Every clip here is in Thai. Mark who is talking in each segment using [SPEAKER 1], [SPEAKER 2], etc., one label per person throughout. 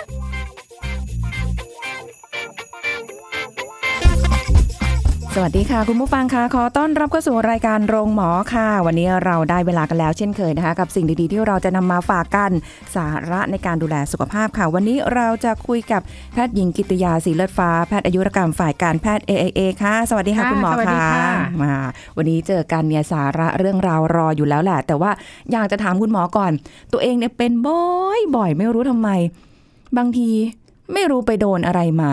[SPEAKER 1] ล
[SPEAKER 2] สวัสดีค่ะ คุณผู้ฟังค่ะขอต้อนรับเข้าสู่รายการโรงหมอค่ะ วันนี้เราได้เวลากันแล้วเช่นเคยนะคะ กับสิ่งดีๆที่เราจะนำมาฝากกันสาระในการดูแลสุขภาพค่ะ วันนี้เราจะคุยกับแพทย์หญิงกิตติยาสีเลือดฟ้าแพทย์อายุรกรรมฝ่ายการแพทย์ AIA ค่ะ สวัสดีค่ะ
[SPEAKER 3] ค่ะ
[SPEAKER 2] คุณหมอ
[SPEAKER 3] สวัสดี
[SPEAKER 2] ค่ะ
[SPEAKER 3] ค่ะ
[SPEAKER 2] มาวันนี้เจอกันเนี่ยสาระเรื่องราวรออยู่แล้วแหละ แต่ว่าอยากจะถามคุณหมอก่อน ตัวเองเนี่ยเป็นบ่อยบ่อยๆไม่รู้ทำไม บางทีไม่รู้ไปโดนอะไรมา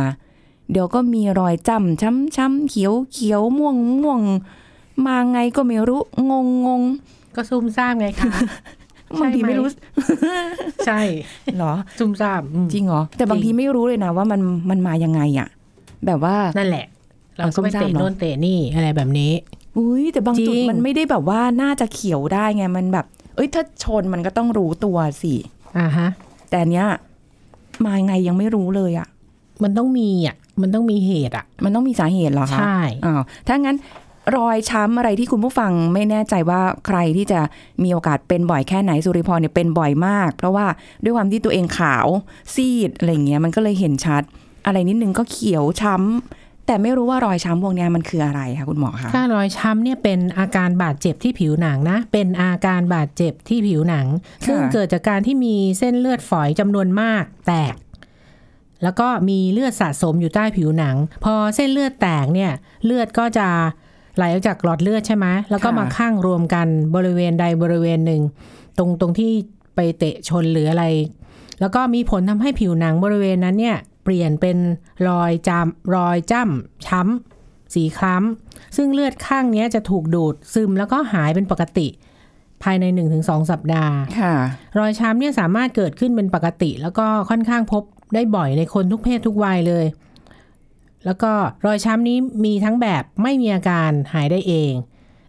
[SPEAKER 2] เดี๋ยวก็มีรอยจำช้ำช้ำเขียวเขียวม่วงม่วงมาไงก็ไม่รู้ งงงง
[SPEAKER 3] ก็ซุ่มซ่ามไงคะ ใช่ไหม
[SPEAKER 2] บางทีไม่รู้
[SPEAKER 3] ใช่
[SPEAKER 2] เหรอ
[SPEAKER 3] ซุ่มซ่ามอืม
[SPEAKER 2] จริงเหรอ แต่บาง
[SPEAKER 3] จริ
[SPEAKER 2] ที
[SPEAKER 3] ง
[SPEAKER 2] ไม่รู้เลยนะว่ามันมันมายังไงอะแบบว่า
[SPEAKER 3] นั่นแหละ เราก็ไป
[SPEAKER 2] ซุ่มซ่าม
[SPEAKER 3] เตะ
[SPEAKER 2] เหรอ
[SPEAKER 3] โน่นเตะนี่อะไรแบบนี้
[SPEAKER 2] อุ้ยแต่บางจุด
[SPEAKER 3] จริง
[SPEAKER 2] มันไม่ได้แบบว่าน่าจะเขียวได้ไงมันแบบ เอ้ยถ้าชนมันก็ต้องรู้ตัวสิ
[SPEAKER 3] อ่าฮะ
[SPEAKER 2] แต่อันเนี้ยมายังไงยังไม่รู้เลยอะ
[SPEAKER 3] มันต้องมีอ่ะ มันต้องมีเหตุอ่ะ
[SPEAKER 2] มันต้องมีสาเหตุเหรอคะ
[SPEAKER 3] ใช่
[SPEAKER 2] อ้าวถ้างั้นรอยช้ำอะไรที่คุณผู้ฟังไม่แน่ใจว่าใครที่จะมีโอกาสเป็นบ่อยแค่ไหนสุริพรเนี่ยเป็นบ่อยมาก เพราะว่าด้วยความที่ตัวเองขาวซีดอะไรอย่างเงี้ยมันก็เลยเห็นชัด อะไรนิดนึงก็เขียวช้ำแต่ไม่รู้ว่ารอยช้ำพวกเนี้ยมันคืออะไรคะคุณหมอคะ
[SPEAKER 3] ถ้ารอยช้ำเนี่ยเป็นอาการบาดเจ็บที่ผิวหนังนะ เป็นอาการบาดเจ็บที่ผิวหนัง ซึ่งเกิดจากการที่มีเส้นเลือดฝอยจำนวนมากแตก แล้วก็มีเลือดสะสมอยู่ใต้ผิวหนัง พอเส้นเลือดแตกเนี่ย เลือดก็จะไหลออกจากหลอดเลือดใช่ไหมแล้วก็มาข้างรวมกันบริเวณใดบริเวณหนึ่ง ตรงตรงที่ไปเตะชนหรืออะไร แล้วก็มีผลทำให้ผิวหนังบริเวณนั้นเนี่ย เปลี่ยนเป็นรอยจามรอยจ้ำช้ำสีคล้ำ ซึ่งเลือดข้างเนี้ยจะถูกดูดซึมแล้วก็หายเป็นปกติ ภายใน 1-2 สัปดาห์
[SPEAKER 2] ค่ะ
[SPEAKER 3] รอยช้ำเนี่ยสามารถเกิดขึ้นเป็นปกติ แล้วก็ค่อนข้างพบได้บ่อยในคนทุกเพศทุกวัยเลย แล้วก็รอยช้ำนี้มีทั้งแบบไม่มีอาการหายได้เอง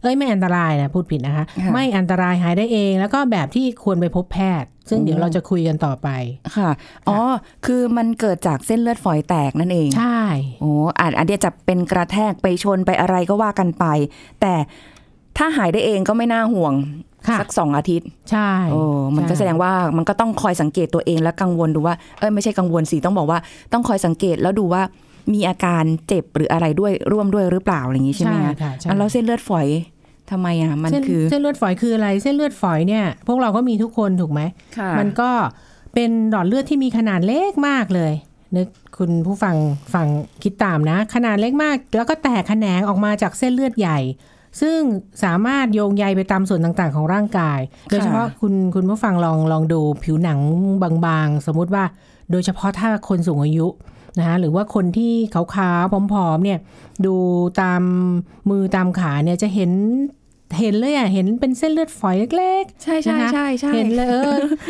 [SPEAKER 3] เอ้ยไม่อันตรายนะพูดผิดนะคะ
[SPEAKER 2] ค่ะ
[SPEAKER 3] ไม่อันตรายหายได้เอง แล้วก็แบบที่ควรไปพบแพทย์ ซึ่งเดี๋ยวเราจะคุยกันต่อไป
[SPEAKER 2] ค่ะอ๋อคือมันเกิดจากเส้นเลือดฝอยแตกนั่นเอง
[SPEAKER 3] ใช่
[SPEAKER 2] โอ้อาจอาจจะเป็นกระแทกไปชนไปอะไรก็ว่ากันไป แต่ถ้าหายได้เองก็ไม่น่าห่วง
[SPEAKER 3] ค่ะ
[SPEAKER 2] สักสองอาทิตย์
[SPEAKER 3] ใช่
[SPEAKER 2] โอ้มันก็แสดงว่ามันก็ต้องคอยสังเกตตัวเองแล้วกังวลดูว่า เอ้ยไม่ใช่กังวลสิต้องบอกว่าต้องคอยสังเกตแล้วดูว่ามีอาการเจ็บหรืออะไรด้วยร่วมด้วยหรือเปล่าอะไรอย่างนี้ใช่ไหมคะ
[SPEAKER 3] ค่ะใช่
[SPEAKER 2] อ่ะแล้วเส้นเลือดฝอยทำไมอ่ะ มัน
[SPEAKER 3] เส้น
[SPEAKER 2] คือ
[SPEAKER 3] เส้นเลือดฝอยคืออะไร เส้นเลือดฝอยเนี่ย พวกเราก็มีทุกคนถูกไหม
[SPEAKER 2] ค่ะ
[SPEAKER 3] มันก็เป็นหลอดเลือดที่มีขนาดเล็กมากเลยนึกคุณผู้ฟังฟังคิดตามนะ ขนาดเล็กมาก แล้วก็แตกแขนงออกมาจากเส้นเลือดใหญ่ ซึ่งสามารถโยงใยไปตามส่วนต่างๆ ของร่างกาย โดยเฉพาะคุณคุณผู้ฟังลองลองดูผิวหนังบางๆ สมมุติว่า โดยเฉพาะถ้าคนสูงอายุนะคะหรือว่าคนที่ขาวๆผอมๆเนี่ย ดูตามมือตามขาเนี่ยจะเห็นเห็นเลยอ่ะเห็นเป็นเส้นเลือดฝอยเล็ก
[SPEAKER 2] ใช่ใช่
[SPEAKER 3] นะคะ
[SPEAKER 2] ใช่ใช่
[SPEAKER 3] เห็นเลยเออ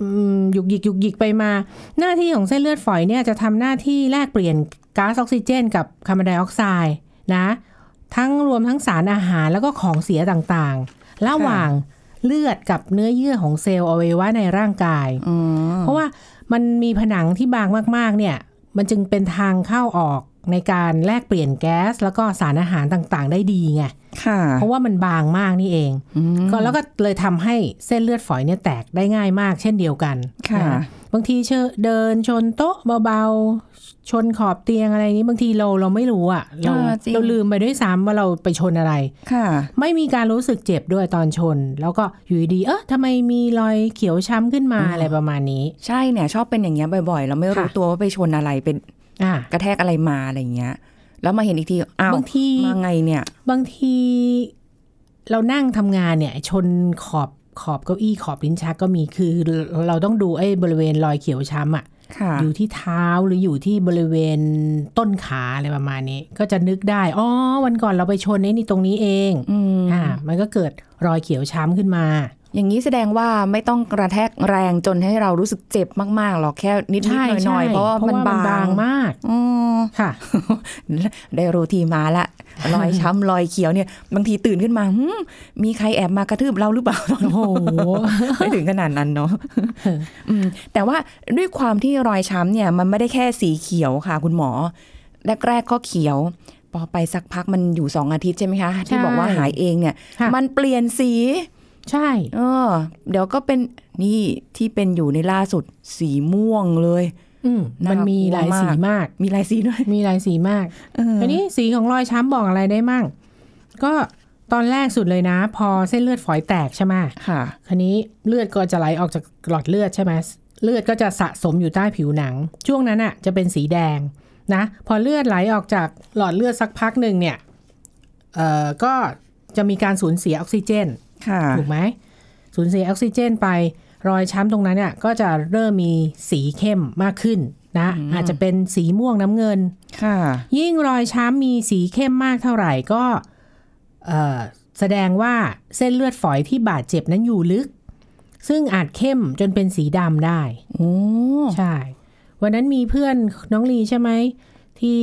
[SPEAKER 3] อืมหยุกหยิกหยุกหยิกไปมา หน้าที่ของเส้นเลือดฝอยเนี่ยจะทำหน้าที่แลกเปลี่ยนก๊าซออกซิเจน กับคาร์บอนไดออกไซด์นะ ทั้งรวมทั้งสารอาหารแล้วก็ของเสียต่างๆ ระหว่างเลือดกับเนื้อเยื่อของเซลล์อวัยวะในร่างกาย เพราะว่ามันมีผนังที่บางมากๆ เนี่ย มันจึงเป็นทางเข้าออกในการแลกเปลี่ยนแก๊ส แล้วก็สารอาหารต่างๆ ได้ดีไง
[SPEAKER 2] ค่ะ
[SPEAKER 3] เพราะว่ามันบางมากนี่เอง
[SPEAKER 2] อืม
[SPEAKER 3] ก็แล้วก็เลยทำให้เส้นเลือดฝอยเนี่ยแตกได้ง่ายมาก เช่นเดียวกัน
[SPEAKER 2] ค่ะ
[SPEAKER 3] นบางทีเชอเดินชนโต๊ะเบาๆ ชนขอบเตียงอะไรนี้บางทีเราเราไม่รู้อะเรา
[SPEAKER 2] อ่าจริง
[SPEAKER 3] เราลืมไปด้วยซ้ำว่าเราไปชนอะไร
[SPEAKER 2] ค่ะ
[SPEAKER 3] ไม่มีการรู้สึกเจ็บด้วยตอนชน แล้วก็อยู่ดีๆเออทำไมมีรอยเขียวช้ำขึ้นมา
[SPEAKER 2] อืม
[SPEAKER 3] อะไรประมาณนี้
[SPEAKER 2] ใช่เนี่ยชอบเป็นอย่างเงี้ยบ่อยๆ เราไม่รู้
[SPEAKER 3] ค่ะ
[SPEAKER 2] ตัวว่าไปชนอะไรเป็น
[SPEAKER 3] อ่ะ
[SPEAKER 2] กระแทกอะไรมาอะไรอย่างเงี้ย แล้วมาเห็นอีกทีอ้าว
[SPEAKER 3] บางที
[SPEAKER 2] มาไงเนี่ย
[SPEAKER 3] บางทีเรานั่งทำงานเนี่ย ชนขอบขอบเก้าอี้ขอบลิ้นชักก็มีคือเราต้องดูไอ้บริเวณรอยเขียวช้ำอะ
[SPEAKER 2] ค่ะ
[SPEAKER 3] อยู่ที่เท้าหรืออยู่ที่บริเวณต้นขาอะไรประมาณนี้ ก็จะนึกได้อ๋อวันก่อนเราไปชนไอ้นี่ตรงนี้เอง
[SPEAKER 2] อืม
[SPEAKER 3] อ่ามันก็เกิดรอยเขียวช้ำขึ้นมา
[SPEAKER 2] อย่างนี้แสดงว่าไม่ต้องกระแทกแรงจนให้เรารู้สึกเจ็บมากๆหรอกแค่นิด
[SPEAKER 3] ใช่
[SPEAKER 2] ๆหน่
[SPEAKER 3] ใช่
[SPEAKER 2] อยๆเพราะว่ามันบาง
[SPEAKER 3] มาก
[SPEAKER 2] อืม
[SPEAKER 3] ค่ะ
[SPEAKER 2] ได้รู้ทีมาละรอยช้ำรอยเขียวเนี่ยบางทีตื่นขึ้นมาหืมมีใครแอบมากระทืบเราหรือเปล่า
[SPEAKER 3] โอ้โห
[SPEAKER 2] ไม่ถึงขนาดนั้น เนาะอืมแต่ว่าด้วยความที่รอยช้ำเนี่ย มันไม่ได้แค่สีเขียวค่ะ คุณหมอแรกๆก็เขียว พอไปสักพักมันอยู่สองอาทิตย์ใช่ไหมคะ ที่บอกว่าหายเองเนี่ย
[SPEAKER 3] ค่ะ
[SPEAKER 2] มันเปลี่ยนสี
[SPEAKER 3] ใช่
[SPEAKER 2] เออ เดี๋ยวก็เป็นนี่ที่เป็นอยู่ในล่าสุดสีม่วงเลย
[SPEAKER 3] อืม
[SPEAKER 2] น่ามั
[SPEAKER 3] มันมีหลาย
[SPEAKER 2] กลัวมาก
[SPEAKER 3] สีมาก
[SPEAKER 2] มีลายสีด้วย
[SPEAKER 3] มีหลายสีมาก
[SPEAKER 2] เออ
[SPEAKER 3] อันนี้สีของรอยช้ำบอกอะไรได้มั่ง ก็ตอนแรกสุดเลยนะ พอเส้นเลือดฝอยแตกใช่ไหม
[SPEAKER 2] ค่ะ
[SPEAKER 3] คันนี้เลือดก็จะไหลออกจากหลอดเลือดใช่ไหมเลือดก็จะสะสมอยู่ใต้ผิวหนัง ช่วงนั้นอะจะเป็นสีแดงนะ พอเลือดไหลออกจากหลอดเลือดสักพักหนึ่งเนี่ย เอ่อ ก็จะมีการสูญเสียออกซิเจน
[SPEAKER 2] ค่ะ
[SPEAKER 3] ถูกไหมสูญเสียออกซิเจนไป รอยช้ำตรงนั้นเนี่ยก็จะเริ่มมีสีเข้มมากขึ้นนะ อาจจะเป็นสีม่วงน้ำเงิน
[SPEAKER 2] ค่ะ
[SPEAKER 3] ยิ่งรอยช้ำมีสีเข้มมากเท่าไหร่ก็เอ่อแสดงว่าเส้นเลือดฝอยที่บาดเจ็บนั้นอยู่ลึก ซึ่งอาจเข้มจนเป็นสีดำได้
[SPEAKER 2] โอ้
[SPEAKER 3] ใช่ วันนั้นมีเพื่อนน้องลีใช่ไหม ที่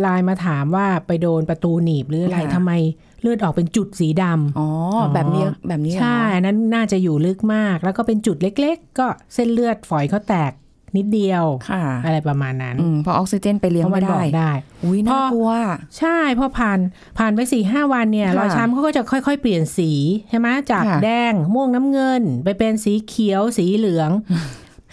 [SPEAKER 3] ไลน์มาถามว่าไปโดนประตูหนีบหรืออะไรทำไมเลือดออกเป็นจุดสีดำ
[SPEAKER 2] อ๋อ แบบนี้แบบนี้เหรอ
[SPEAKER 3] ใช่อันนั้นน่าจะอยู่ลึกมาก แล้วก็เป็นจุดเล็ก ๆ ก็เส้นเลือดฝอยเขาแตกนิดเดียว
[SPEAKER 2] ค่ะ
[SPEAKER 3] อะไรประมาณนั้น
[SPEAKER 2] อืมเพอออกซิเจนไปเลี้ยง
[SPEAKER 3] เพราะมั
[SPEAKER 2] ไม่
[SPEAKER 3] นบ
[SPEAKER 2] ได้
[SPEAKER 3] อกได้
[SPEAKER 2] อุ้ย
[SPEAKER 3] พอ
[SPEAKER 2] น่ากลัว
[SPEAKER 3] ใช่พอผ่านผ่านไปสี่ห้าวันเนี่ย
[SPEAKER 2] ค่ะ
[SPEAKER 3] รอยช้ำเขาก็จะค่อยๆ เปลี่ยนสีใช่ไหมจาก
[SPEAKER 2] ค่ะ
[SPEAKER 3] แดงม่วงน้ำเงิน ไปเป็นสีเขียวสีเหลื อง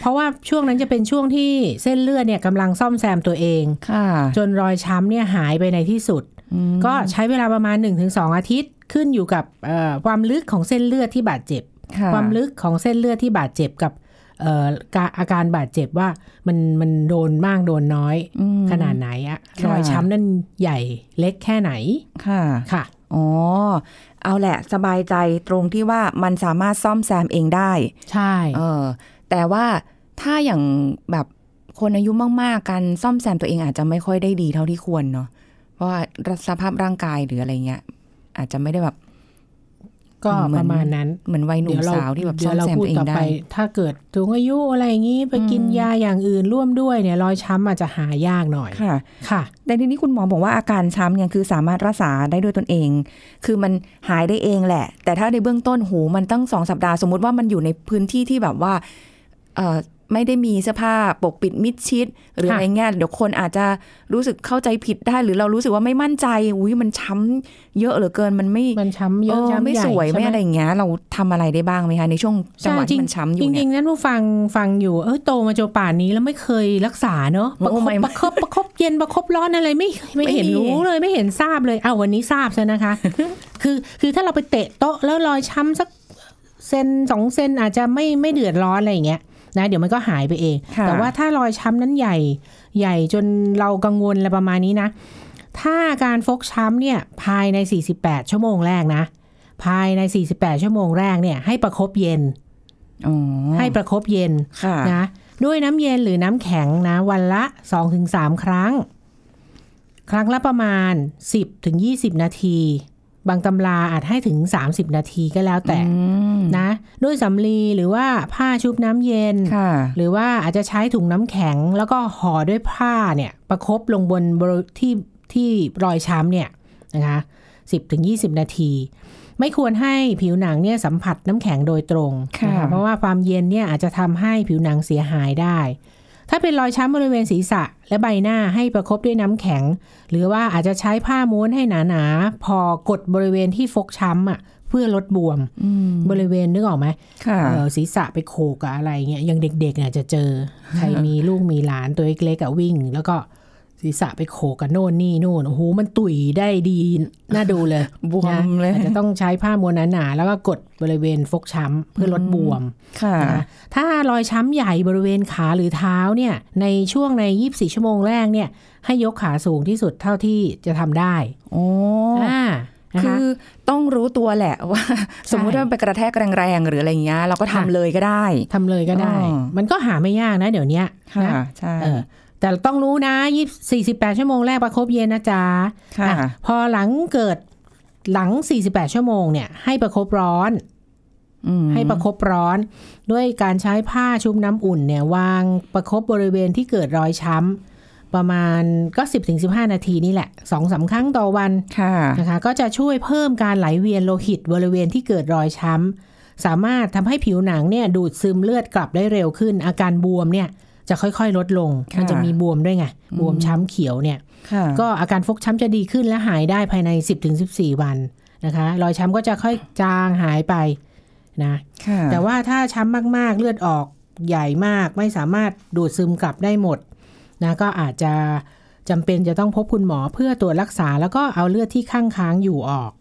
[SPEAKER 3] เพราะว่าช่วงนั้นจะเป็นช่วงที่เส้นเลือดเนี่ยกำลังซ่อมแซมตัวเอง
[SPEAKER 2] ค่ะ
[SPEAKER 3] จนรอยช้ำเนี่ยหายไปในที่สุด
[SPEAKER 2] อืม
[SPEAKER 3] ก็ใช้เวลาประมาณ 1-2 อาทิตย์ขึ้นอยู่กับเอ่อความลึกของเส้นเลือดที่บาดเจ็บ
[SPEAKER 2] ะ
[SPEAKER 3] ความลึกของเส้นเลือดที่บาดเจ็บกับเอ่อการอาการบาดเจ็บว่ามันมันโดนมากโดนน้อย
[SPEAKER 2] อืม
[SPEAKER 3] ขนาดไหนอะ
[SPEAKER 2] ค่ะ
[SPEAKER 3] รอยช้ำนั่นใหญ่เล็กแค่ไหน
[SPEAKER 2] ค่ะ
[SPEAKER 3] ค่ะ
[SPEAKER 2] อ๋อ เอาแหละ สบายใจตรงที่ว่ามันสามารถซ่อมแซมเองได้
[SPEAKER 3] ใช่
[SPEAKER 2] เออ แต่ว่าถ้าอย่างแบบคนอายุมากๆการซ่อมแซมตัวเองอาจจะไม่ค่อยได้ดีเท่าที่ควรเนาะ เพราะว่าสภาพร่างกายหรืออะไรเงี้ย อาจจะไม่ได้แบบ
[SPEAKER 3] ก็
[SPEAKER 2] เหมื
[SPEAKER 3] ป
[SPEAKER 2] อน
[SPEAKER 3] ระมาณนั้น
[SPEAKER 2] เหมือนวัยหนุ่ม
[SPEAKER 3] เดี๋ยวเรา
[SPEAKER 2] สาวที่แบบ
[SPEAKER 3] เดี๋
[SPEAKER 2] ซ่อ
[SPEAKER 3] ยว
[SPEAKER 2] ม
[SPEAKER 3] เรา
[SPEAKER 2] แซม
[SPEAKER 3] พู
[SPEAKER 2] ตั
[SPEAKER 3] ด
[SPEAKER 2] วเอง
[SPEAKER 3] ต่อ
[SPEAKER 2] ได้
[SPEAKER 3] ไป ถ้าเกิดถึงอายุอะไรอย่างนี้ไปกิน
[SPEAKER 2] อืม
[SPEAKER 3] ยาอย่างอื่นร่วมด้วยเนี่ยรอยช้ำอาจจะหายากหน่อย
[SPEAKER 2] ค่ะ
[SPEAKER 3] ค่ะ
[SPEAKER 2] แต่ทีนี้คุณหมอบอกว่าอาการช้ำเนี่ยคือสามารถรักษาได้ด้วยตนเอง คือมันหายได้เองแหละ แต่ถ้าในเบื้องต้นโหูมันตั้งสองสัปดาห์สมมติว่ามันอยู่ในพื้นที่ที่แบบว่าเอ่อไม่ได้มีเสื้อผ้าปกปิดมิดชิด หรือ
[SPEAKER 3] ค่ะ
[SPEAKER 2] อะไรเงี้ยเดี๋ยวคนอาจจะรู้สึกเข้าใจผิดได้ หรือเรารู้สึกว่าไม่มั่นใจอุ้ยมันช้ำเยอะเหลือเกินมันไม่
[SPEAKER 3] มันช้ำเย
[SPEAKER 2] เอ
[SPEAKER 3] อะ
[SPEAKER 2] อ
[SPEAKER 3] ช้ำ
[SPEAKER 2] ไม่
[SPEAKER 3] ใหญ่
[SPEAKER 2] สวย
[SPEAKER 3] ใช่
[SPEAKER 2] ไม่
[SPEAKER 3] ห
[SPEAKER 2] อะไรอย่างเงี้ย เราทำอะไรได้บ้างไหมคะในช่วงจังหวะที่มันช้ำอยู่
[SPEAKER 3] จ
[SPEAKER 2] เนี่ย
[SPEAKER 3] ริงๆนั้นผู้ฟังฟังอยู่เออโตมาจนป่านนี้แล้วไม่เคยรักษาเนอะ
[SPEAKER 2] โอ้
[SPEAKER 3] ประคบ
[SPEAKER 2] ไม่
[SPEAKER 3] ประคบประคบเย็นประคบร้อนอะไรไม่ไม่เห็น
[SPEAKER 2] ไม่มี
[SPEAKER 3] รู้เลยไม่เห็นทราบเลยเอาวันนี้ทราบซะนะคะ คือคือถ้าเราไปเตะโต๊ะแล้วรอยช้ำสักเซนสองเซนอาจจะไม่ไม่เดือดร้อนอะไรอย่างเงี้ยนะเดี๋ยวมันก็หายไปเอง
[SPEAKER 2] ค่ะ
[SPEAKER 3] แต่ว่าถ้ารอยช้ำนั้นใหญ่ ใหญ่จนเรากังวลอะไรประมาณนี้นะ ถ้าการฟกช้ำเนี่ยภายใน 48 ชั่วโมงแรกนะ ภายใน 48 ชั่วโมงแรกเนี่ยให้ประคบเย็น
[SPEAKER 2] อ๋อ
[SPEAKER 3] ให้ประครบเย็น
[SPEAKER 2] ค่ะ
[SPEAKER 3] นะด้วยน้ำเย็นหรือน้ำแข็งนะ วันละ 2-3 ครั้ง ครั้งละประมาณ 10-20 นาที บางตำราอาจให้ถึง 30 นาทีก็แล้วแต่
[SPEAKER 2] อืม
[SPEAKER 3] นะด้วยสำลีหรือว่าผ้าชุบน้ำเย็น
[SPEAKER 2] ค่ะ
[SPEAKER 3] หรือว่าอาจจะใช้ถุงน้ำแข็ง แล้วก็ห่อด้วยผ้าเนี่ยประคบลงบนบริที่ที่รอยช้ำเนี่ยนะคะ10ถึง20 นาที ไม่ควรให้ผิวหนังเนี่ยสัมผัสน้ำแข็งโดยตรง
[SPEAKER 2] ค่ะ
[SPEAKER 3] นเพราะว่าความเย็นเนี่ยอาจจะทำให้ผิวหนังเสียหายได้ ถ้าเป็นรอยช้ำบริเวณศีรษะและใบหน้าให้ประคบด้วยน้ำแข็ง หรือว่าอาจจะใช้ผ้าม้วนให้หนาๆ พอกดบริเวณที่ฟกช้ำอ่ะเพื่อลดบวม
[SPEAKER 2] อืม
[SPEAKER 3] บริเวณนึกออกไหม
[SPEAKER 2] ค่ะ
[SPEAKER 3] เออศีรษะไปโขกกับอะไรเงี้ยยังเด็กๆเนี่ยจะเจอ ใครมีลูกมีหลานตัวเล็กๆอะวิ่ง แล้วก็ศีรษะไปโขกกับโน่นนี่โน่นโอ้โหมันตุ๋ยได้ดีน่าดูเลย
[SPEAKER 2] บวม
[SPEAKER 3] นะ
[SPEAKER 2] เลย
[SPEAKER 3] อาจจะต้องใช้ผ้าม้วนหนาๆแล้วก็กดบริเวณฟกช้ำเพื่อลดบวม
[SPEAKER 2] ค่ะ
[SPEAKER 3] นะถ้ารอยช้ำใหญ่บริเวณขาหรือเท้าเนี่ยในช่วงใน 24 ชั่วโมงแรกเนี่ยให้ยกขาสูงที่สุดเท่าที่จะทำได้
[SPEAKER 2] โอ้
[SPEAKER 3] อ่านะ
[SPEAKER 2] คื
[SPEAKER 3] คะ
[SPEAKER 2] อต้องรู้ตัวแหละว่า
[SPEAKER 3] ใช่
[SPEAKER 2] สมมุติว่ามันไปกระแทกแรงๆ หรืออะไรอย่างเงี้ยเราก็ทำเลยก็ได้
[SPEAKER 3] ทำเลยก็ได้
[SPEAKER 2] อ๋อ
[SPEAKER 3] มันก็หาไม่ยากนะเดี๋ยวเนี้ย
[SPEAKER 2] ค่ะ
[SPEAKER 3] นะ
[SPEAKER 2] ใช่
[SPEAKER 3] เออแต่ต้องรู้นะยี่สี่สิบแปดชั่วโมงแรกประคบเย็นนะจ๊ะ
[SPEAKER 2] ค่ะ
[SPEAKER 3] อ่ะพอหลังเกิดหลังสี่สิบแปดชั่วโมงเนี่ยให้ประคบร้อน
[SPEAKER 2] อืม
[SPEAKER 3] ให้ประคบร้อน ด้วยการใช้ผ้าชุบน้ำอุ่นเนี่ยวางประคบบริเวณที่เกิดรอยช้ำประมาณก็ 10-15 นาทีนี่แหละสองสามครั้งต่อวัน
[SPEAKER 2] ค่ะ
[SPEAKER 3] นะคะก็จะช่วยเพิ่มการไหลเวียนโลหิตบริเวณที่เกิดรอยช้ำสามารถทำให้ผิวหนังเนี่ยดูดซึมเลือดกลับได้เร็วขึ้น อาการบวมเนี่ยจะค่อยๆ ลดลง
[SPEAKER 2] ค่ะ
[SPEAKER 3] มันจะมีบวมด้วยไง บวมช้ำเขียวเนี่ย
[SPEAKER 2] ค่ะ
[SPEAKER 3] ก็อาการฟกช้ำจะดีขึ้นและหายได้ภายใน 10-14 วันนะคะ รอยช้ำก็จะค่อยจางหายไปนะ
[SPEAKER 2] ค่ะ
[SPEAKER 3] แต่ว่าถ้าช้ำมากๆ เลือดออกใหญ่มาก ไม่สามารถดูดซึมกลับได้หมดนะก็อาจจะจำเป็นจะต้องพบคุณหมอเพื่อตรวจรักษาแล้วก็เอาเลือดที่ข้างค้างอยู่ออก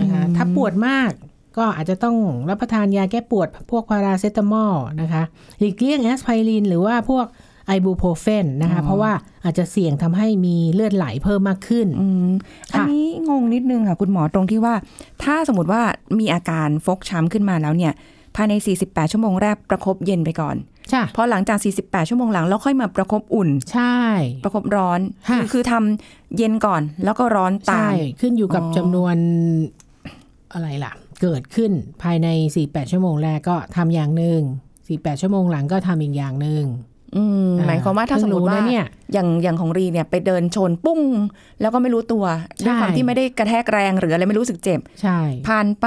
[SPEAKER 3] นะคะถ้าปวดมากก็อาจจะต้องรับประทานยาแก้ปวด พวกพาราเซตามอลนะคะหลีกเลี่ยงแอสไพรินหรือว่าพวกไอบูโพรเฟนนะคะเพราะว่าอาจจะเสี่ยงทำให้มีเลือดไหลเพิ่มมากขึ้น
[SPEAKER 2] อืมอัน
[SPEAKER 3] ค่ะ
[SPEAKER 2] นี้งงนิดนึงค่ะ คุณหมอตรงที่ว่า ถ้าสมมติว่ามีอาการฟกช้ำขึ้นมาแล้วเนี่ย ภายใน 48 ชั่วโมงแรกประคบเย็นไปก่อน
[SPEAKER 3] ใช่
[SPEAKER 2] พอหลังจาก 48 ชั่วโมงหลังแล้วค่อยมาประคบอุ่น
[SPEAKER 3] ใช่
[SPEAKER 2] ประคบร้อน
[SPEAKER 3] ค่ะ
[SPEAKER 2] อคือทำเย็นก่อนแล้วก็ร้อนตา
[SPEAKER 3] ใช่
[SPEAKER 2] ม
[SPEAKER 3] ขึ้นอยู่กับ
[SPEAKER 2] อ๋อ
[SPEAKER 3] จำนวนอะไรล่ะ เกิดขึ้นภายใน 48 ชั่วโมงแรกก็ทำอย่างหนึ่ง48 ชั่วโมงหลังก็ทำอีกอย่างหนึ่ง
[SPEAKER 2] อืมหมายความว่าถ้าสมม
[SPEAKER 3] เพิ่งรู้
[SPEAKER 2] ติว่า
[SPEAKER 3] นะเนี่ย
[SPEAKER 2] อย่างอย่างของรีเนี่ยไปเดินชนปุ้ง แล้วก็ไม่รู้ตัวด้วยความ
[SPEAKER 3] ใช่
[SPEAKER 2] ที่ไม่ได้กระแทกแรงหรืออะไรไม่รู้สึกเจ็บ
[SPEAKER 3] ใช่
[SPEAKER 2] ผ่านไป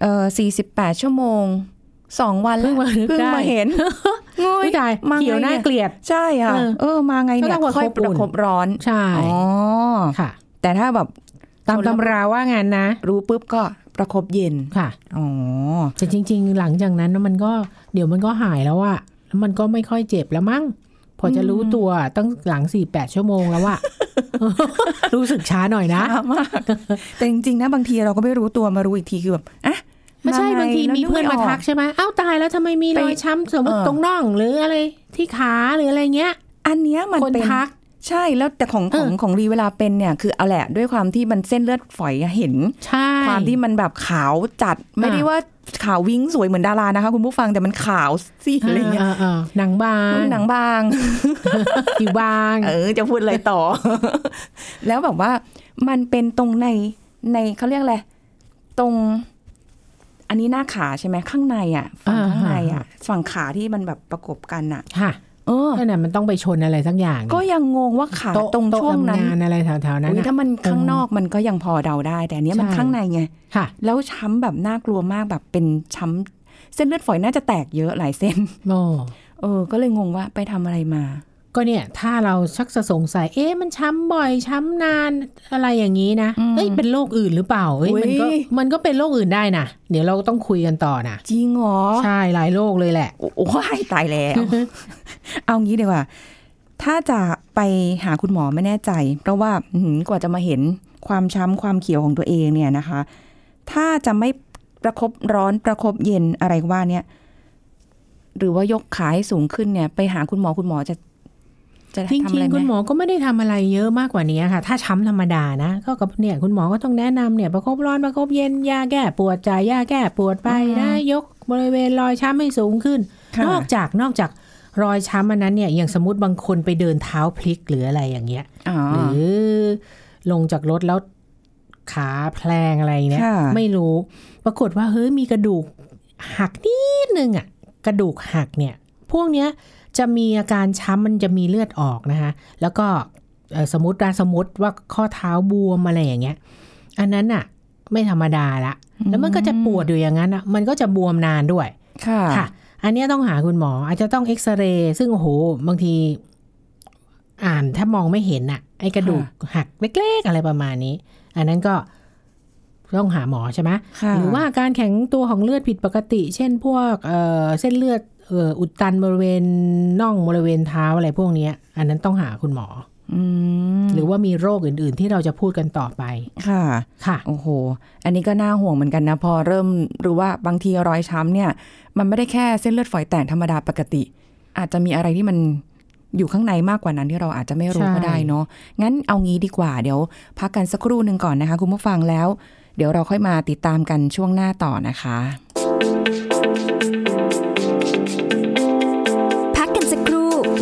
[SPEAKER 2] เอ่อ48 ชั่วโมงสองวันแล้ว
[SPEAKER 3] เพิ่งมานึก
[SPEAKER 2] เพิ่ง
[SPEAKER 3] ได้
[SPEAKER 2] มาเห็น งุย
[SPEAKER 3] ไม่ได้
[SPEAKER 2] มาไง
[SPEAKER 3] เขียวหน้า
[SPEAKER 2] นี่
[SPEAKER 3] เกลียด
[SPEAKER 2] ใช่ค่ะ
[SPEAKER 3] เออ
[SPEAKER 2] เออมาไงเนี่
[SPEAKER 3] ก็ต้
[SPEAKER 2] ย
[SPEAKER 3] องประคบ
[SPEAKER 2] ค่อยประ
[SPEAKER 3] อุ่น
[SPEAKER 2] คบร้อน
[SPEAKER 3] ใช่
[SPEAKER 2] อ๋อ
[SPEAKER 3] ค่ะ
[SPEAKER 2] แต่ถ้าแบบ
[SPEAKER 3] ตามตำราว่างั้นนะ
[SPEAKER 2] รู้ปุ๊บก็ประคบเย็น
[SPEAKER 3] ค่ะ
[SPEAKER 2] อ๋อ
[SPEAKER 3] แต่จริง ๆ หลังจากนั้นนะมันก็เดี๋ยวมันก็หายแล้วอะแล้วมันก็ไม่ค่อยเจ็บแล้วมั้ง พอจะรู้ตัวตั้งหลัง 48 ชั่วโมง แล้วอะ รู้สึกช้าหน่อยนะ
[SPEAKER 2] ช้า มาก แต่จริงๆนะบางทีเราก็ไม่รู้ตัวมารู้อีกทีคือแบบอ่ะ
[SPEAKER 3] ไม่ใช่
[SPEAKER 2] ไ
[SPEAKER 3] บางที
[SPEAKER 2] แล้ว
[SPEAKER 3] มี
[SPEAKER 2] ก
[SPEAKER 3] เพื่อน
[SPEAKER 2] ไ
[SPEAKER 3] มาทัก
[SPEAKER 2] ออ
[SPEAKER 3] ใช่ไหมอ้าวตายแล้วทำไมมีรอยช้ำสมมติ
[SPEAKER 2] เออ
[SPEAKER 3] ตรงน่องหรืออะไรที่ขาหรืออะไรเงี้ย
[SPEAKER 2] อันเนี้ยมัน
[SPEAKER 3] คน
[SPEAKER 2] เป็น
[SPEAKER 3] ทัก
[SPEAKER 2] ใช่แล้วแต่ของ
[SPEAKER 3] เอ
[SPEAKER 2] ข
[SPEAKER 3] อ
[SPEAKER 2] องของรีเวลาเป็นเนี่ยคือเอาแหละด้วยความที่มันเส้นเลือดฝอยอะเห็น
[SPEAKER 3] ใช่
[SPEAKER 2] ความที่มันแบบขาวจัดไม่ได้ว่าขาววิ้งสวยเหมือนดารานะคะ คุณผู้ฟังแต่มันขาวซีดอะไรเงี้ย
[SPEAKER 3] าๆๆหนังบาง
[SPEAKER 2] มันหนังบาง
[SPEAKER 3] ผิวบาง
[SPEAKER 2] เออ จะพูดอะไรต่อ แล้วแบบว่ามันเป็นตรงในในเขาเรียกอะไรตรง อันนี้หน้าขาใช่ไหมข้างในอ่ะฝั่งข้างในอ่ะฝั่งขาที่มันแบบประกบกันอ่ะ
[SPEAKER 3] ค่ะ
[SPEAKER 2] เออ
[SPEAKER 3] นั่นน่ะมันต้องไปชนอะไรสักอย่าง
[SPEAKER 2] ก็ยังงงว่าขา
[SPEAKER 3] โต๊ะ
[SPEAKER 2] ตรงช่วงนั้น
[SPEAKER 3] โต๊ะทำงานอะไรแถวๆนั้น
[SPEAKER 2] อุ๊ย
[SPEAKER 3] น่ะ
[SPEAKER 2] ถ้ามันข้างนอกมันก็ยังพอเดาได้ แต่อันเนี้ยมัน
[SPEAKER 3] ใช่
[SPEAKER 2] ข้างในไง
[SPEAKER 3] ค่ะ
[SPEAKER 2] แล้วช้ำแบบน่ากลัวมากแบบเป็นช้ำเส้นเลือดฝอยน่าจะแตกเยอะหลายเส้น
[SPEAKER 3] โอ้
[SPEAKER 2] เออ ก็เลยงงว่าไปทำอะไรมา
[SPEAKER 3] ก็เนี่ย ถ้าเราชักจะสงสัย เอ๊ะมันช้ำบ่อยช้ำนานอะไรอย่างนี้นะ
[SPEAKER 2] อืม
[SPEAKER 3] เอ้ยเป็นโรคอื่นหรือเปล่าเอ้ยมันก็
[SPEAKER 2] อุ๊ย
[SPEAKER 3] มันก็เป็นโรคอื่นได้นะเดี๋ยวเราต้องคุยกันต่อนะ
[SPEAKER 2] จริงเหรอ
[SPEAKER 3] ใช่หลายโรคเลยแหละ
[SPEAKER 2] โอ้โอ้ยตายแล้ว เอางี้ดีกว่า ถ้าจะไปหาคุณหมอไม่แน่ใจ เพราะว่าอื้อหือกว่าจะมาเห็นความช้ำความเขียวของตัวเองเนี่ยนะคะ ถ้าจะไม่ประคบร้อนประคบเย็นอะไรว่าเนี่ย หรือว่ายกขาให้สูงขึ้นเนี่ย ไปหาคุณหมอคุณหมอจะ จะ
[SPEAKER 3] จริง
[SPEAKER 2] ทำ
[SPEAKER 3] ๆ
[SPEAKER 2] อะไรไหม
[SPEAKER 3] คุณหมอก็ไม่ได้ทำอะไรเยอะมากกว่านี้ค่ะ ถ้าช้ำธรรมดานะ ก็กับเนี่ยคุณหมอก็ต้องแนะนำเนี่ยประคบร้อนประคบเย็นยาแก้ปวดจ่ายยาแก้ปวดไป
[SPEAKER 2] อืม
[SPEAKER 3] นะยกบริเวณรอยช้ำให้สูงขึ้น
[SPEAKER 2] ค่ะ
[SPEAKER 3] นอกจากนอกจากรอยช้ำอันนั้นเนี่ยอย่างสมมติบางคนไปเดินเท้าพลิกหรืออะไรอย่างเงี้ย
[SPEAKER 2] อ๋อ
[SPEAKER 3] หรือลงจากรถแล้วขาแพลงอะไรเนี่ย
[SPEAKER 2] ค่ะ
[SPEAKER 3] ไม่รู้ ปรากฏว่าเฮ้ยมีกระดูกหักนิดนึงอะกระดูกหักเนี่ย พวกเนี้ยจะมีอาการช้ำมันจะมีเลือดออกนะคะ แล้วก็เอ่อสมมตินะสมมติว่าข้อเท้าบวมอะไรอย่างเงี้ย อันนั้นอะไม่ธรรมดาละ แล้วมันก็จะปวดอยู่อย่างนั้นอะมันก็จะบวมนานด้วย
[SPEAKER 2] ค่ะ
[SPEAKER 3] ค่ะ อันเนี้ยต้องหาคุณหมออาจจะต้องเอ็กซเรย์ซึ่งโอ้โหบางที อ่านถ้ามองไม่เห็นอะไอกระดูกหักเล็กๆอะไรประมาณนี้ อันนั้นก็ต้องหาหมอใช่ไหม
[SPEAKER 2] ค่ะ
[SPEAKER 3] หรือว่าการแข็งตัวของเลือดผิดปกติ เช่นพวกเอ่อเส้นเลือดเอ่ออุดตันบริเวณน่องบริเวณเท้าอะไรพวกเนี้ย อันนั้นต้องหาคุณหมอ
[SPEAKER 2] อืม
[SPEAKER 3] หรือว่ามีโรคอื่น ๆ ที่เราจะพูดกันต่อไป
[SPEAKER 2] ค่ะ
[SPEAKER 3] ค่ะ
[SPEAKER 2] โอ้โห อันนี้ก็น่าห่วงเหมือนกันนะ พอเริ่มรู้ว่าบางทีรอยช้ำเนี่ย มันไม่ได้แค่เส้นเลือดฝอยแตกธรรมดาปกติ อาจจะมีอะไรที่มันอยู่ข้างในมากกว่านั้นที่เราอาจจะไม่รู้
[SPEAKER 3] ใช่
[SPEAKER 2] ก็ได้เนาะงั้นเอางี้ดีกว่าเดี๋ยว พักกันสักครู่หนึ่งก่อนนะคะคุณผู้ฟังแล้ว เดี๋ยวเราค่อยมาติดตามกันช่วงหน้าต่อนะคะ
[SPEAKER 1] พักกันสักครู่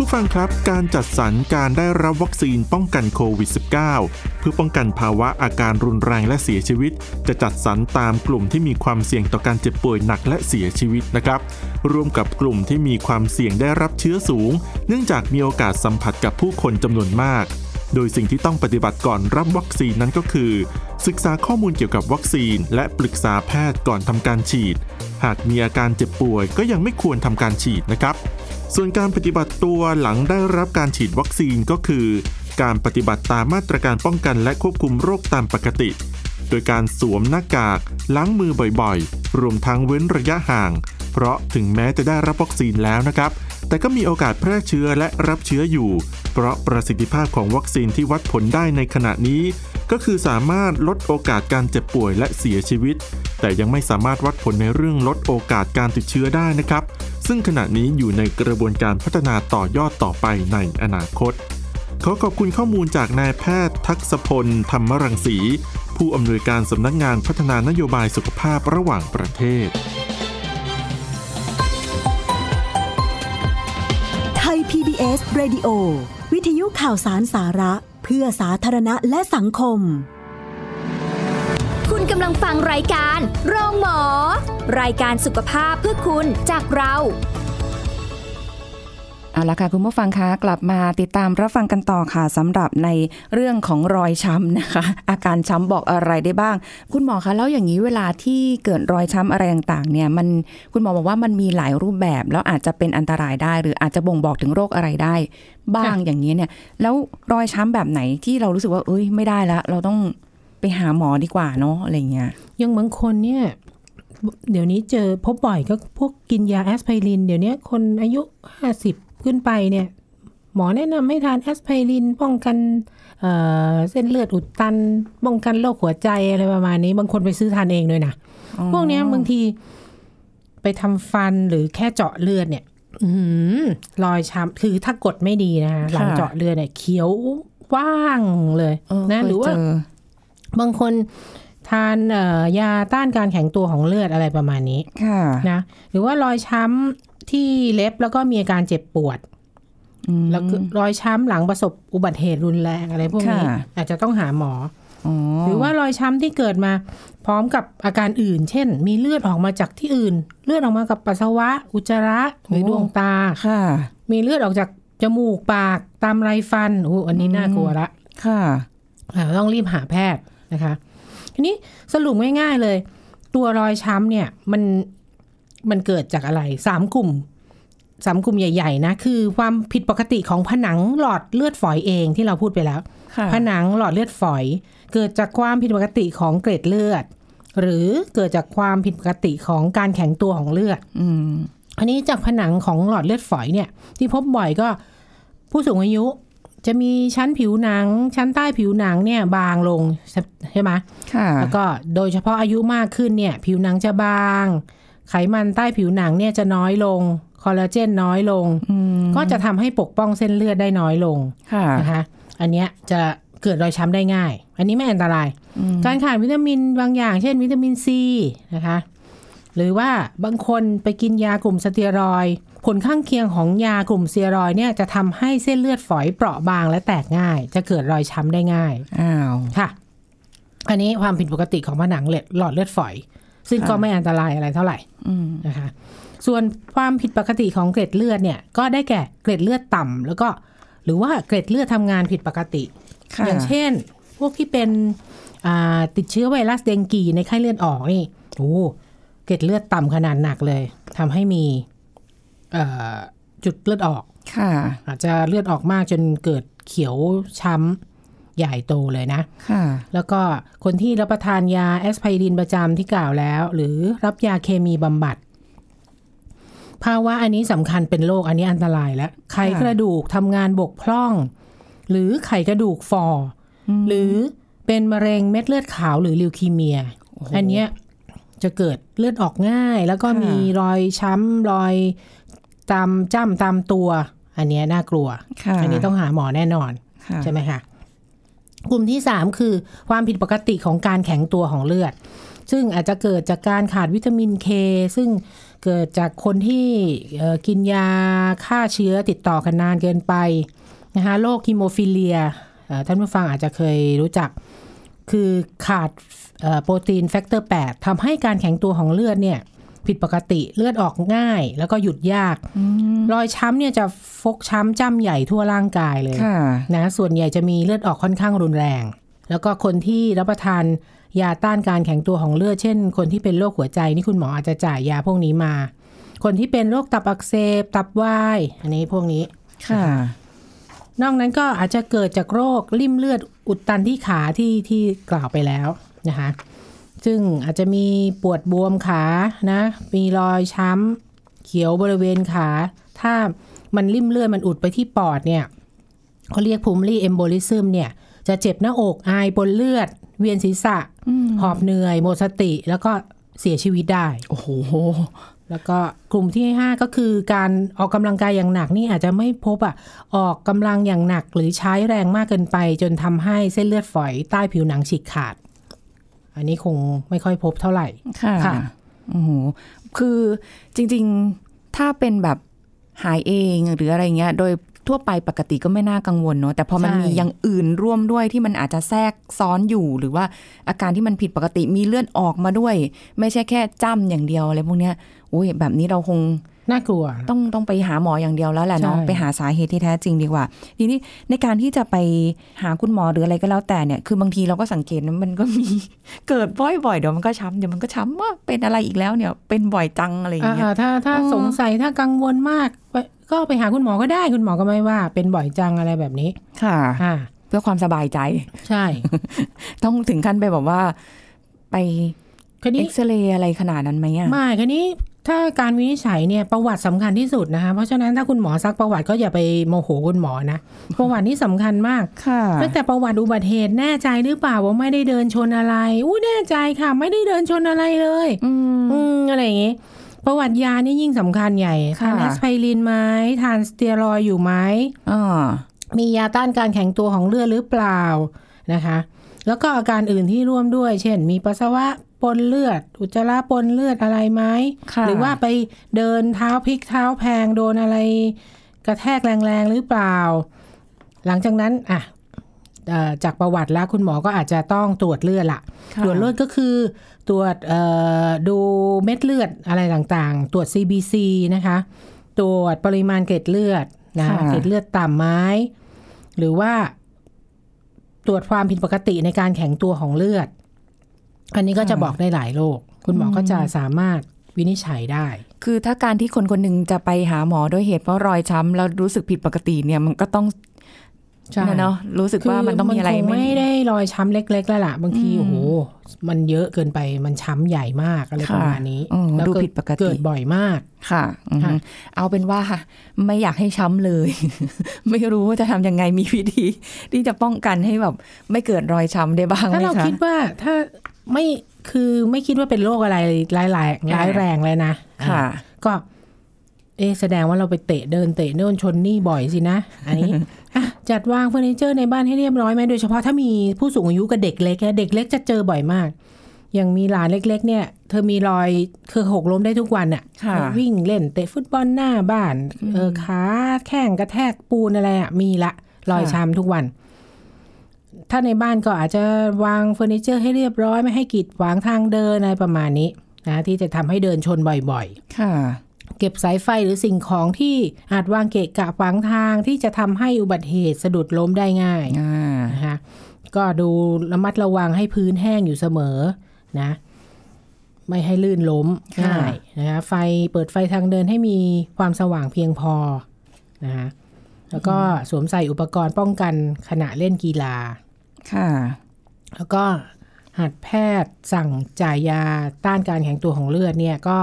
[SPEAKER 4] ผู้ฟังครับ การจัดสรรการได้รับวัคซีนป้องกันโควิด -19 เพื่อป้องกันภาวะอาการรุนแรงและเสียชีวิต จะจัดสรรตามกลุ่มที่มีความเสี่ยงต่อการเจ็บป่วยหนักและเสียชีวิตนะครับ ร่วมกับกลุ่มที่มีความเสี่ยงได้รับเชื้อสูง เนื่องจากมีโอกาสสัมผัสกับผู้คนจำนวนมาก โดยสิ่งที่ต้องปฏิบัติก่อนรับวัคซีนนั้นก็คือ ศึกษาข้อมูลเกี่ยวกับวัคซีน และปรึกษาแพทย์ก่อนทำการฉีด หากมีอาการเจ็บป่วยก็ยังไม่ควรทำการฉีดนะครับ ส่วนการปฏิบัติตัวหลังได้รับการฉีดวัคซีนก็คือ การปฏิบัติตามมาตรการป้องกันและควบคุมโรคตามปกติ โดยการสวมหน้ากากล้างมือบ่อยๆ รวมทั้งเว้นระยะห่าง เพราะถึงแม้จะได้รับวัคซีนแล้วนะครับ แต่ก็มีโอกาสแพร่เชื้อและรับเชื้ออยู่ เพราะประสิทธิภาพของวัคซีนที่วัดผลได้ในขณะนี้ ก็คือสามารถลดโอกาสการเจ็บป่วยและเสียชีวิต แต่ยังไม่สามารถวัดผลในเรื่องลดโอกาสการติดเชื้อได้นะครับ ซึ่งขณะนี้อยู่ในกระบวนการพัฒนาต่อยอดต่อไปในอนาคต ขอขอบคุณข้อมูลจากนายแพทย์ทักษพล ธรรมรังสี ผู้อำนวยการสำนักงานพัฒนานโยบายสุขภาพระหว่างประเทศ
[SPEAKER 5] ไทย PBS Radio วิทยุข่าวสารสาระ เพื่อสาธารณะและสังคม
[SPEAKER 1] คุณกำลังฟังรายการโรงหมอ รายการสุขภาพเพื่อคุณจากเรา
[SPEAKER 2] เอาละค่ะคุณผู้ฟังคะกลับมาติดตามรับฟังกันต่อค่ะสำหรับในเรื่องของรอยช้ำนะคะ อาการช้ำบอกอะไรได้บ้าง คุณหมอคะแล้วอย่างนี้เวลาที่เกิดรอยช้ำอะไรต่างๆเนี่ยมันคุณหมอบอกว่ามันมีหลายรูปแบบ แล้วอาจจะเป็นอันตรายได้ หรืออาจจะบ่งบอกถึงโรคอะไรได้ บ้าง
[SPEAKER 3] ค่ะ
[SPEAKER 2] อย่างนี้เนี่ย แล้วรอยช้ำแบบไหนที่เรารู้สึกว่าเอ้ยไม่ได้ละเราต้องไปหาหมอดีกว่าเนาะอะไรเงี้ย
[SPEAKER 3] อยังบางคนเนี่ย เดี๋ยวนี้เจอพบบ่อยก็พวกกินยาแอสไพริน เดี๋ยวนี้คนอายุห้าสิบขึ้นไปเนี่ย หมอแนะนำให้ทานแอสไพริน ป้องกันเอ่อเส้นเลือดอุดตัน ป้องกันโรคหัวใจอะไรประมาณนี้ บางคนไปซื้อทานเองเลยนะ
[SPEAKER 2] อ๋อ
[SPEAKER 3] พวกเนี้ยบางทีไปทำฟันหรือแค่เจาะเลือดเนี่ย อื้อหือรอยช้ำคือถ้ากดไม่ดีนะคะหลังเจาะเลือดเนี่ยเขียวว่างเลย
[SPEAKER 2] เออ
[SPEAKER 3] นะ
[SPEAKER 2] เคย
[SPEAKER 3] หรือว่า
[SPEAKER 2] เจอบ
[SPEAKER 3] างคนทานเอ่อยาต้านการแข็งตัวของเลือดอะไรประมาณนี้
[SPEAKER 2] ค่ะ
[SPEAKER 3] นะหรือว่ารอยช้ำที่เล็บแล้วก็มีอาการเจ็บปวด
[SPEAKER 2] อืม
[SPEAKER 3] แล้วก็รอยช้ำหลังประสบอุบัติเหตุรุนแรงอะไรพวกนี้
[SPEAKER 2] ค่ะ
[SPEAKER 3] อาจจะต้องหาหมอ
[SPEAKER 2] อ๋อ
[SPEAKER 3] หรือว่ารอยช้ำที่เกิดมาพร้อมกับอาการอื่น เช่น มีเลือดออกมาจากที่อื่น เลือดออกมากับปัสสาวะ อุจจาระหรือ
[SPEAKER 2] โอ้
[SPEAKER 3] ดวงตา
[SPEAKER 2] ค่ะ
[SPEAKER 3] มีเลือดออกจากจมูกปากตามไรฟันโอ้อันนี้น่ากลัวละ
[SPEAKER 2] ค่ะ
[SPEAKER 3] อ่าต้องรีบหาแพทย์นะคะ ทีนี้สรุปง่ายๆเลย ตัวรอยช้ำเนี่ยมันมันเกิดจากอะไรสามกลุ่มสามกลุ่มใหญ่ๆนะคือความผิดปกติของผนังหลอดเลือดฝอยเองที่เราพูดไปแล้ว
[SPEAKER 2] ค่ะ
[SPEAKER 3] ผนังหลอดเลือดฝอย เกิดจากความผิดปกติของเกล็ดเลือด หรือเกิดจากความผิดปกติของการแข็งตัวของเลือด
[SPEAKER 2] อืม
[SPEAKER 3] อันนี้จากผนังของหลอดเลือดฝอยเนี่ย ที่พบบ่อยก็ผู้สูงอายุจะมีชั้นผิวหนัง ชั้นใต้ผิวหนังเนี่ยบางลงใช่ใช่ไหม
[SPEAKER 2] ค่ะ
[SPEAKER 3] แล้วก็โดยเฉพาะอายุมากขึ้นเนี่ย ผิวหนังจะบาง ไขมันใต้ผิวหนังเนี่ยจะน้อยลงคอลลาเจนน้อยลง
[SPEAKER 2] อืม
[SPEAKER 3] ก็จะทำให้ปกป้องเส้นเลือดได้น้อยลง
[SPEAKER 2] ค่ะ
[SPEAKER 3] นะคะอันเนี้ยจะเกิดรอยช้ำได้ง่าย อันนี้ไม่อันตราย
[SPEAKER 2] อืม
[SPEAKER 3] การขาดวิตามินบางอย่าง เช่นวิตามินซีนะคะ หรือว่าบางคนไปกินยากลุ่มสเตียรอยด์ผลข้างเคียงของยากลุ่มสเตียรอยด์เนี่ยจะทำให้เส้นเลือดฝอยเปราะบางและแตกง่าย จะเกิดรอยช้ำได้ง่าย
[SPEAKER 2] อ้าว
[SPEAKER 3] ค่ะ อันนี้ความผิดปกติของผนังเลือดหลอดเลือดฝอย ซึ่งก็ไม่อันตรายอะไรเท่าไหร่
[SPEAKER 2] อืม
[SPEAKER 3] นะคะ ส่วนความผิดปกติของเกล็ดเลือดเนี่ยก็ได้แก่เกล็ดเลือดต่ำแล้วก็หรือว่าเกล็ดเลือดทำงานผิดปกติ
[SPEAKER 2] ค่ะ
[SPEAKER 3] อย่างเช่น พวกที่เป็นอ่าติดเชื้อไวรัสเดงกีในไข้เลือดออกนี่โอ้เกล็ดเลือดต่ำขนาดหนักเลยทำให้มีเอ่อจุดเลือดออก
[SPEAKER 2] ค่ะ
[SPEAKER 3] อาจจะเลือดออกมากจนเกิดเขียวช้ำใหญ่โตเลยนะ
[SPEAKER 2] ค่ะ
[SPEAKER 3] แล้วก็คนที่รับประทานยาแอสไพรินประจำที่กล่าวแล้ว หรือรับยาเคมีบำบัดภาวะอันนี้สำคัญเป็นโรคอันนี้อันตรายแล้วไขกระดูกทำงานบกพร่อง หรือไขกระดูกฟอหรือเป็นมะเร็งเม็ดเลือดขาวหรือลิวคีเมีย อันเนี้ยจะเกิดเลือดออกง่าย แล้วก็
[SPEAKER 2] ค่ะ
[SPEAKER 3] มีรอยช้ำรอยตามจ้ำตามตัว อันเนี้ยน่ากลัว
[SPEAKER 2] ค่ะ
[SPEAKER 3] อันนี้ต้องหาหมอแน่นอน
[SPEAKER 2] ค่ะ
[SPEAKER 3] ใช่ไหมคะกลุ่มที่ 3 คือความผิดปกติของการแข็งตัวของเลือด ซึ่งอาจจะเกิดจากการขาดวิตามินเคซึ่งเกิดจากคนที่เอ่อกินยาฆ่าเชื้อติดต่อกันนานเกินไปนะคะโรคฮีโมฟิเลียเอ่อท่านผู้ฟังอาจจะเคยรู้จัก คือขาดเอ่อโปรตีนแฟกเตอร์ 8ทำให้การแข็งตัวของเลือดเนี่ย ผิดปกติเลือดออกง่าย แล้วก็หยุดยาก รอยช้ำเนี่ยจะฟกช้ำจ้ำใหญ่ทั่วร่างกายเลย
[SPEAKER 2] ค่ะ
[SPEAKER 3] นะส่วนใหญ่จะมีเลือดออกค่อนข้างรุนแรง แล้วก็คนที่รับประทานยาต้านการแข็งตัวของเลือด เช่น คนที่เป็นโรคหัวใจนี่คุณหมออาจจะจ่ายยาพวกนี้มา คนที่เป็นโรคตับอักเสบตับวายอันนี้พวกนี้
[SPEAKER 2] ค่ะ
[SPEAKER 3] นอกนั้นก็อาจจะเกิดจากโรคริ่มเลือดอุดตันที่ขาที่ที่กล่าวไปแล้วนะคะซึ่งอาจจะมีปวดบวมขานะมีรอยช้ำเขียวบริเวณขา ถ้ามันริ่มเลือดมันอุดไปที่ปอดเนี่ยเขาเรียกพุมลี่เอมโบลิซึมเนี่ยจะเจ็บหน้าอกอายปนเลือด เวียนศีรษะ หอบเหนื่อย หมดสติแล้วก็เสียชีวิตได้
[SPEAKER 2] โอ้โห
[SPEAKER 3] แล้วก็กลุ่มที่ 5 ก็คือการออกกำลังกายอย่างหนักนี่อาจจะไม่พบอ่ะออกกำลังอย่างหนักหรือใช้แรงมากเกินไป จนทำให้เส้นเลือดฝอยใต้ผิวหนังฉีกขาด อันนี้คงไม่ค่อยพบเท่าไหร่
[SPEAKER 2] ค่ะ
[SPEAKER 3] ค่ะ
[SPEAKER 2] โอ้โห คือจริงๆ ถ้าเป็นแบบหายเองหรืออะไรเงี้ย โดยทั่วไปปกติก็ไม่น่ากังวลเนอะ แต่พอมัน
[SPEAKER 3] ใช่
[SPEAKER 2] มีอย่างอื่นร่วมด้วยที่มันอาจจะแทรกซ้อนอยู่ หรือว่าอาการที่มันผิดปกติมีเลือดออกมาด้วย ไม่ใช่แค่จ้ำอย่างเดียวอะไรพวกเนี้ยอุ้ยแบบนี้เราคง
[SPEAKER 3] น่ากลัว
[SPEAKER 2] ต้องต้องไปหาหมออย่างเดียวแล้วแหละเนาะ
[SPEAKER 3] ใช่
[SPEAKER 2] ไปหาสาเหตุที่แท้จริงดีกว่า ทีนี้ในการที่จะไปหาคุณหมอหรืออะไรก็แล้วแต่เนี่ย คือบางทีเราก็สังเกตนะมันก็มี เกิดบ่อยๆเดี๋ยวมันก็ช้ำเดี๋ยวมันก็ช้ำว่าเป็นอะไรอีกแล้วเนี่ย เป็นบ่อยจังอะไรอย่างเงี้ย
[SPEAKER 3] อ่าถ้าถ้า
[SPEAKER 2] เออ
[SPEAKER 3] สงสัยถ้ากังวลมากไปก็ไปหาคุณหมอก็ได้คุณหมอก็ไม่ว่า เป็นบ่อยจังอะไรแบบนี้
[SPEAKER 2] ค่ะ
[SPEAKER 3] อ่า
[SPEAKER 2] เพื่อความสบายใจ
[SPEAKER 3] ใช่
[SPEAKER 2] ต้องถึงขั้นไปแบบว่า ไป
[SPEAKER 3] คราวนี้
[SPEAKER 2] เอ็กซเรย์อะไรขนาดนั้นไหมอ่ะ
[SPEAKER 3] ไม่คันนี้ถ้าการวินิจฉัยเนี่ยประวัติสำคัญที่สุดนะคะ เพราะฉะนั้นถ้าคุณหมอซักประวัติก็อย่าไปโมโหคุณหมอนะ ประวัตินี่สำคัญมาก
[SPEAKER 2] ค่ะ
[SPEAKER 3] ตั้งแต่ประวัติอุบัติเหตุแน่ใจหรือเปล่าว่าไม่ได้เดินชนอะไรอู้แน่ใจค่ะ ไม่ได้เดินชนอะไรเลย
[SPEAKER 2] อืม
[SPEAKER 3] อืมอะไรอย่างงี้ ประวัติยานี่ยิ่งสำคัญใหญ่
[SPEAKER 2] ค่ะ
[SPEAKER 3] ทานแอสไพรินไหมทานสเตียรอยด์อยู่ไหม
[SPEAKER 2] อ่า
[SPEAKER 3] มียาต้านการแข็งตัวของเลือดหรือเปล่านะคะ แล้วก็อาการอื่นที่ร่วมด้วย เช่น มีปัสสาวะปนเลือด อุจจาระปนเลือดอะไรไหม
[SPEAKER 2] ค่ะ
[SPEAKER 3] หรือว่าไปเดินเท้าพลิกเท้าแพงโดนอะไร กระแทกแรงๆหรือเปล่า หลังจากนั้นอ่ะเอ่อจากประวัติแล้วคุณหมอก็อาจจะต้องตรวจเลือดละ
[SPEAKER 2] ค่ะ
[SPEAKER 3] ตรวจเลือดก็คือตรวจเอ่อดูเม็ดเลือดอะไรต่างๆ ตรวจ CBC นะคะ ตรวจปริมาณเกล็ดเลือดนะเกล็ดเลือดต่ำไหมหรือว่า ตรวจความผิดปกติในการแข็งตัวของเลือด อันนี้ก็จะบอกได้หลายโรคคุณหมอก็จะสามารถวินิจฉัยได้
[SPEAKER 2] คือถ้าการที่คนคนหนึ่งจะไปหาหมอด้วยเหตุเพราะรอยช้ำแล้วรู้สึกผิดปกติเนี่ยมันก็ต้อง
[SPEAKER 3] ใช่
[SPEAKER 2] นะเนาะรู้สึกว่ามันต้องมีอะไร
[SPEAKER 3] ค
[SPEAKER 2] ไม่
[SPEAKER 3] ไม่ได้รอยช้ำเล็ก ๆ แล้วล่ะ บางที
[SPEAKER 2] อืม
[SPEAKER 3] โอ้โหมันเยอะเกินไปมันช้ำใหญ่มากอะไร
[SPEAKER 2] ค่ะ
[SPEAKER 3] ประมาณนี้
[SPEAKER 2] อืม
[SPEAKER 3] แล้ว
[SPEAKER 2] ดูผิดปกติ
[SPEAKER 3] เกิดบ่อยมาก
[SPEAKER 2] ค่ะอืม
[SPEAKER 3] ค่ะ
[SPEAKER 2] เอาเป็นว่าไม่อยากให้ช้ำเลย ไม่รู้ว่าจะทำยังไงมีวิธี ที่จะป้องกันให้แบบไม่เกิดรอยช้ำได้บ้างไห
[SPEAKER 3] ถ้าม เรา
[SPEAKER 2] คะ
[SPEAKER 3] คิดว่าถ้าไม่คือไม่คิดว่าเป็นโรคอะไรร้ายแรงร้ายแรงเลยนะ
[SPEAKER 2] ค่ะ
[SPEAKER 3] อ่ะก็ เอะแสดงว่าเราไปเตะเดินเตะโน่นชนนี่บ่อยสินะ อั นนี้อ่ะจัดวางเฟอร์นิเจอร์ในบ้านให้เรียบร้อยไหมโดยเฉพาะถ้ามีผู้สูงอายุกับเด็กเล็กอะเด็กเล็กจะเจอบ่อยมาก อย่างมีหลานเล็ก ๆ เนี่ย เธอมีรอยคือหกล้มได้ทุกวันอะ
[SPEAKER 2] ค่ะ
[SPEAKER 3] ่ะ วิ่งเล่นเตะฟุตบอลหน้าบ้าน เออขาแข้งกระแทกปูนอะไรอะ่ะ มีละ รอยช้ำทุกวัน ถ้าในบ้านก็อาจจะวางเฟอร์นิเจอร์ให้เรียบร้อยไม่ให้กีดขวางทางเดินอะไรประมาณนี้นะที่จะทำให้เดินชนบ่อยๆ
[SPEAKER 2] ค่ะ
[SPEAKER 3] เก็บสายไฟหรือสิ่งของที่อาจวางเกะกะขวางทางที่จะทำให้อุบัติเหตุสะดุดล้มได้ง่าย
[SPEAKER 2] อ่า
[SPEAKER 3] นะคะก็ดูระมัดระวังให้พื้นแห้งอยู่เสมอนะไม่ให้ลื่นล้ม
[SPEAKER 2] ค่ะ
[SPEAKER 3] ง่ายนะคะไฟเปิดไฟทางเดินให้มีความสว่างเพียงพอนะคะแล้วก็สวมใส่อุปกรณ์ป้องกันขณะเล่นกีฬา
[SPEAKER 2] ค่ะ
[SPEAKER 3] แล้วก็หัดแพทย์สั่งจ่ายยาต้านการแข็งตัวของเลือดเนี่ยก็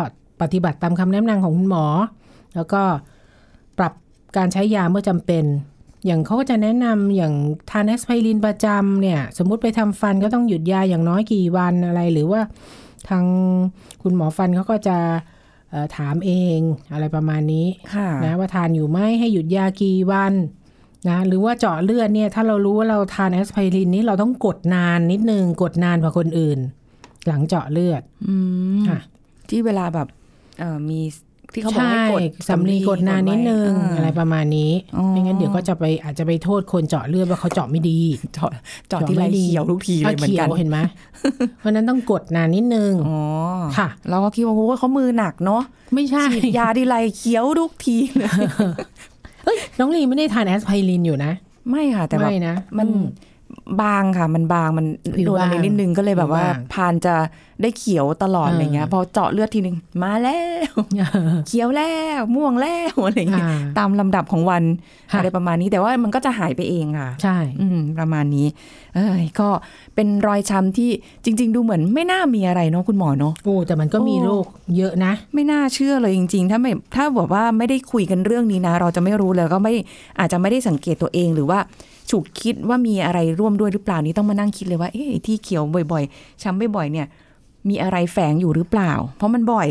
[SPEAKER 3] ปฏิบัติตามคำแนะนำของคุณหมอ แล้วก็ปรับการใช้ยาเมื่อจำเป็น อย่างเขาก็จะแนะนำอย่างทานแอสไพรินประจำเนี่ย สมมติไปทำฟันก็ต้องหยุดยาอย่างน้อยกี่วันอะไรหรือว่าทางคุณหมอฟันเขาก็จะเอ่อถามเองอะไรประมาณนี้
[SPEAKER 2] ค่ะ
[SPEAKER 3] นะว่าทานอยู่ไหมให้หยุดยากี่วันนะหรือว่าเจาะเลือดเนี่ยถ้าเรารู้ว่าเราทานแอสไพรินนี้เราต้องกดนานนิดนึงกดนานกว่าคนอื่น หลังเจาะเลือด
[SPEAKER 2] อืม
[SPEAKER 3] ค่ะ
[SPEAKER 2] ที่เวลาแบบเอ่อมีที่เขาบอกให้กด
[SPEAKER 3] ใช่สำลีกดนานนิดนึง
[SPEAKER 2] กด
[SPEAKER 3] อะไร
[SPEAKER 2] ว้า
[SPEAKER 3] ประมาณนี้
[SPEAKER 2] อ๋อ
[SPEAKER 3] ไม่งั้นเดี๋ยวก็จะไปอาจจะไปโทษคนเจาะเลือดว่าเขาเจาะไม่ดี
[SPEAKER 2] จอดจอดที่ไรเขียวทุกทีเลยเหมือนกัน
[SPEAKER 3] ขีวเห็นไหม เพราะฉะนั้นต้องกดนานนิดนึง
[SPEAKER 2] อ๋อ
[SPEAKER 3] ค่ะ
[SPEAKER 2] เราก็คิดว่าโอ้ยเขามือหนักเนาะ
[SPEAKER 3] ไม่ใช่
[SPEAKER 2] ฉีดยาที่ไรเขียวทุกทีเลย
[SPEAKER 3] เอ้ยน้องลีไม่ได้ทานแอสไพรินอยู่นะ
[SPEAKER 2] ไม่ค่ะ แต่แบบ
[SPEAKER 3] ไม่นะ
[SPEAKER 2] มัน
[SPEAKER 3] อื
[SPEAKER 2] บางค่ะ มันบางมัน
[SPEAKER 3] ผิว
[SPEAKER 2] โดนอะไร
[SPEAKER 3] บาง
[SPEAKER 2] นิดนึงก็เลยแบบว่า
[SPEAKER 3] ผิวบาง
[SPEAKER 2] พานจะได้เขียวตลอด
[SPEAKER 3] เออ
[SPEAKER 2] อะไร
[SPEAKER 3] อ
[SPEAKER 2] เงี้ยพอเจาะเลือดทีนึงมาแล้ว เขียวแล้วม่วงแล้วอะไรเงี้ย
[SPEAKER 3] อ่า
[SPEAKER 2] ตามลำดับของวัน
[SPEAKER 3] ค่ะ
[SPEAKER 2] อะไรประมาณนี้แต่ว่ามันก็จะหายไปเองค่ะ
[SPEAKER 3] ใช่
[SPEAKER 2] อืมประมาณนี้ เอ้ยก็เป็นรอยช้ำที่จริง ๆ ดูเหมือนไม่น่ามีอะไรเนาะคุณหมอเนาะ
[SPEAKER 3] โอ้แต่มันก็มี
[SPEAKER 2] โอ้
[SPEAKER 3] โรคเยอะนะ
[SPEAKER 2] ไม่น่าเชื่อเลยจริง ๆ ถ้าไม่ถ้าแบบว่าไม่ได้คุยกันเรื่องนี้นะ เราจะไม่รู้เลยก็ไม่อาจจะไม่ได้สังเกตตัวเองหรือว่าฉุกคิดว่ามีอะไรร่วมด้วยหรือเปล่านี่ต้องมานั่งคิดเลยว่าเอ๊ะไอ้ที่เขียวบ่อย ๆ ช้ำบ่อยๆเนี่ย มีอะไรแฝงอยู่หรือเปล่า เพราะมันบ่อย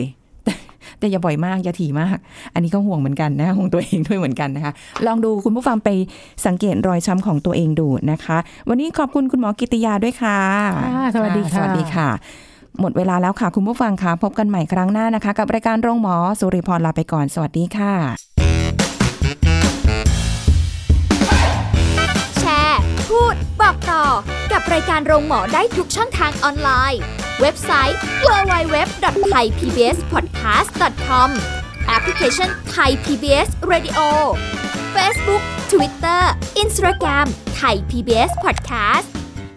[SPEAKER 2] แต่แต่อย่าบ่อยมากอย่าถี่มาก อันนี้ก็ห่วงเหมือนกันนะห่วงตัวเองด้วยเหมือนกันนะคะ ลองดูคุณผู้ฟังไปสังเกตรอยช้ำของตัวเองดูนะคะ วันนี้ขอบคุณคุณหมอกิติยาด้วยค่ะ
[SPEAKER 3] ค่ะสวัสดีค่ะ
[SPEAKER 2] สวัสดีค่ะ หมดเวลาแล้วค่ะ คุณผู้ฟังค่ะพบกันใหม่ครั้งหน้านะคะ กับรายการโรงหมอสุริพรลาไปก่อน สวัสดีค่ะ
[SPEAKER 1] แชร์ พูด บอกต่อกับรายการโรงหมอได้ทุกช่องทางออนไลน์ เว็บไซต์ www.thaipbspodcast.com แอปพลิเคชัน Thai PBS Radio Facebook Twitter Instagram Thai PBS Podcast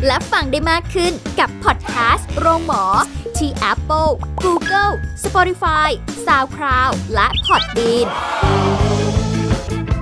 [SPEAKER 1] และฟังได้มากขึ้นกับพอดแคสต์โรงหมอ ที่ Apple, Google, Spotify, SoundCloud และ Podbean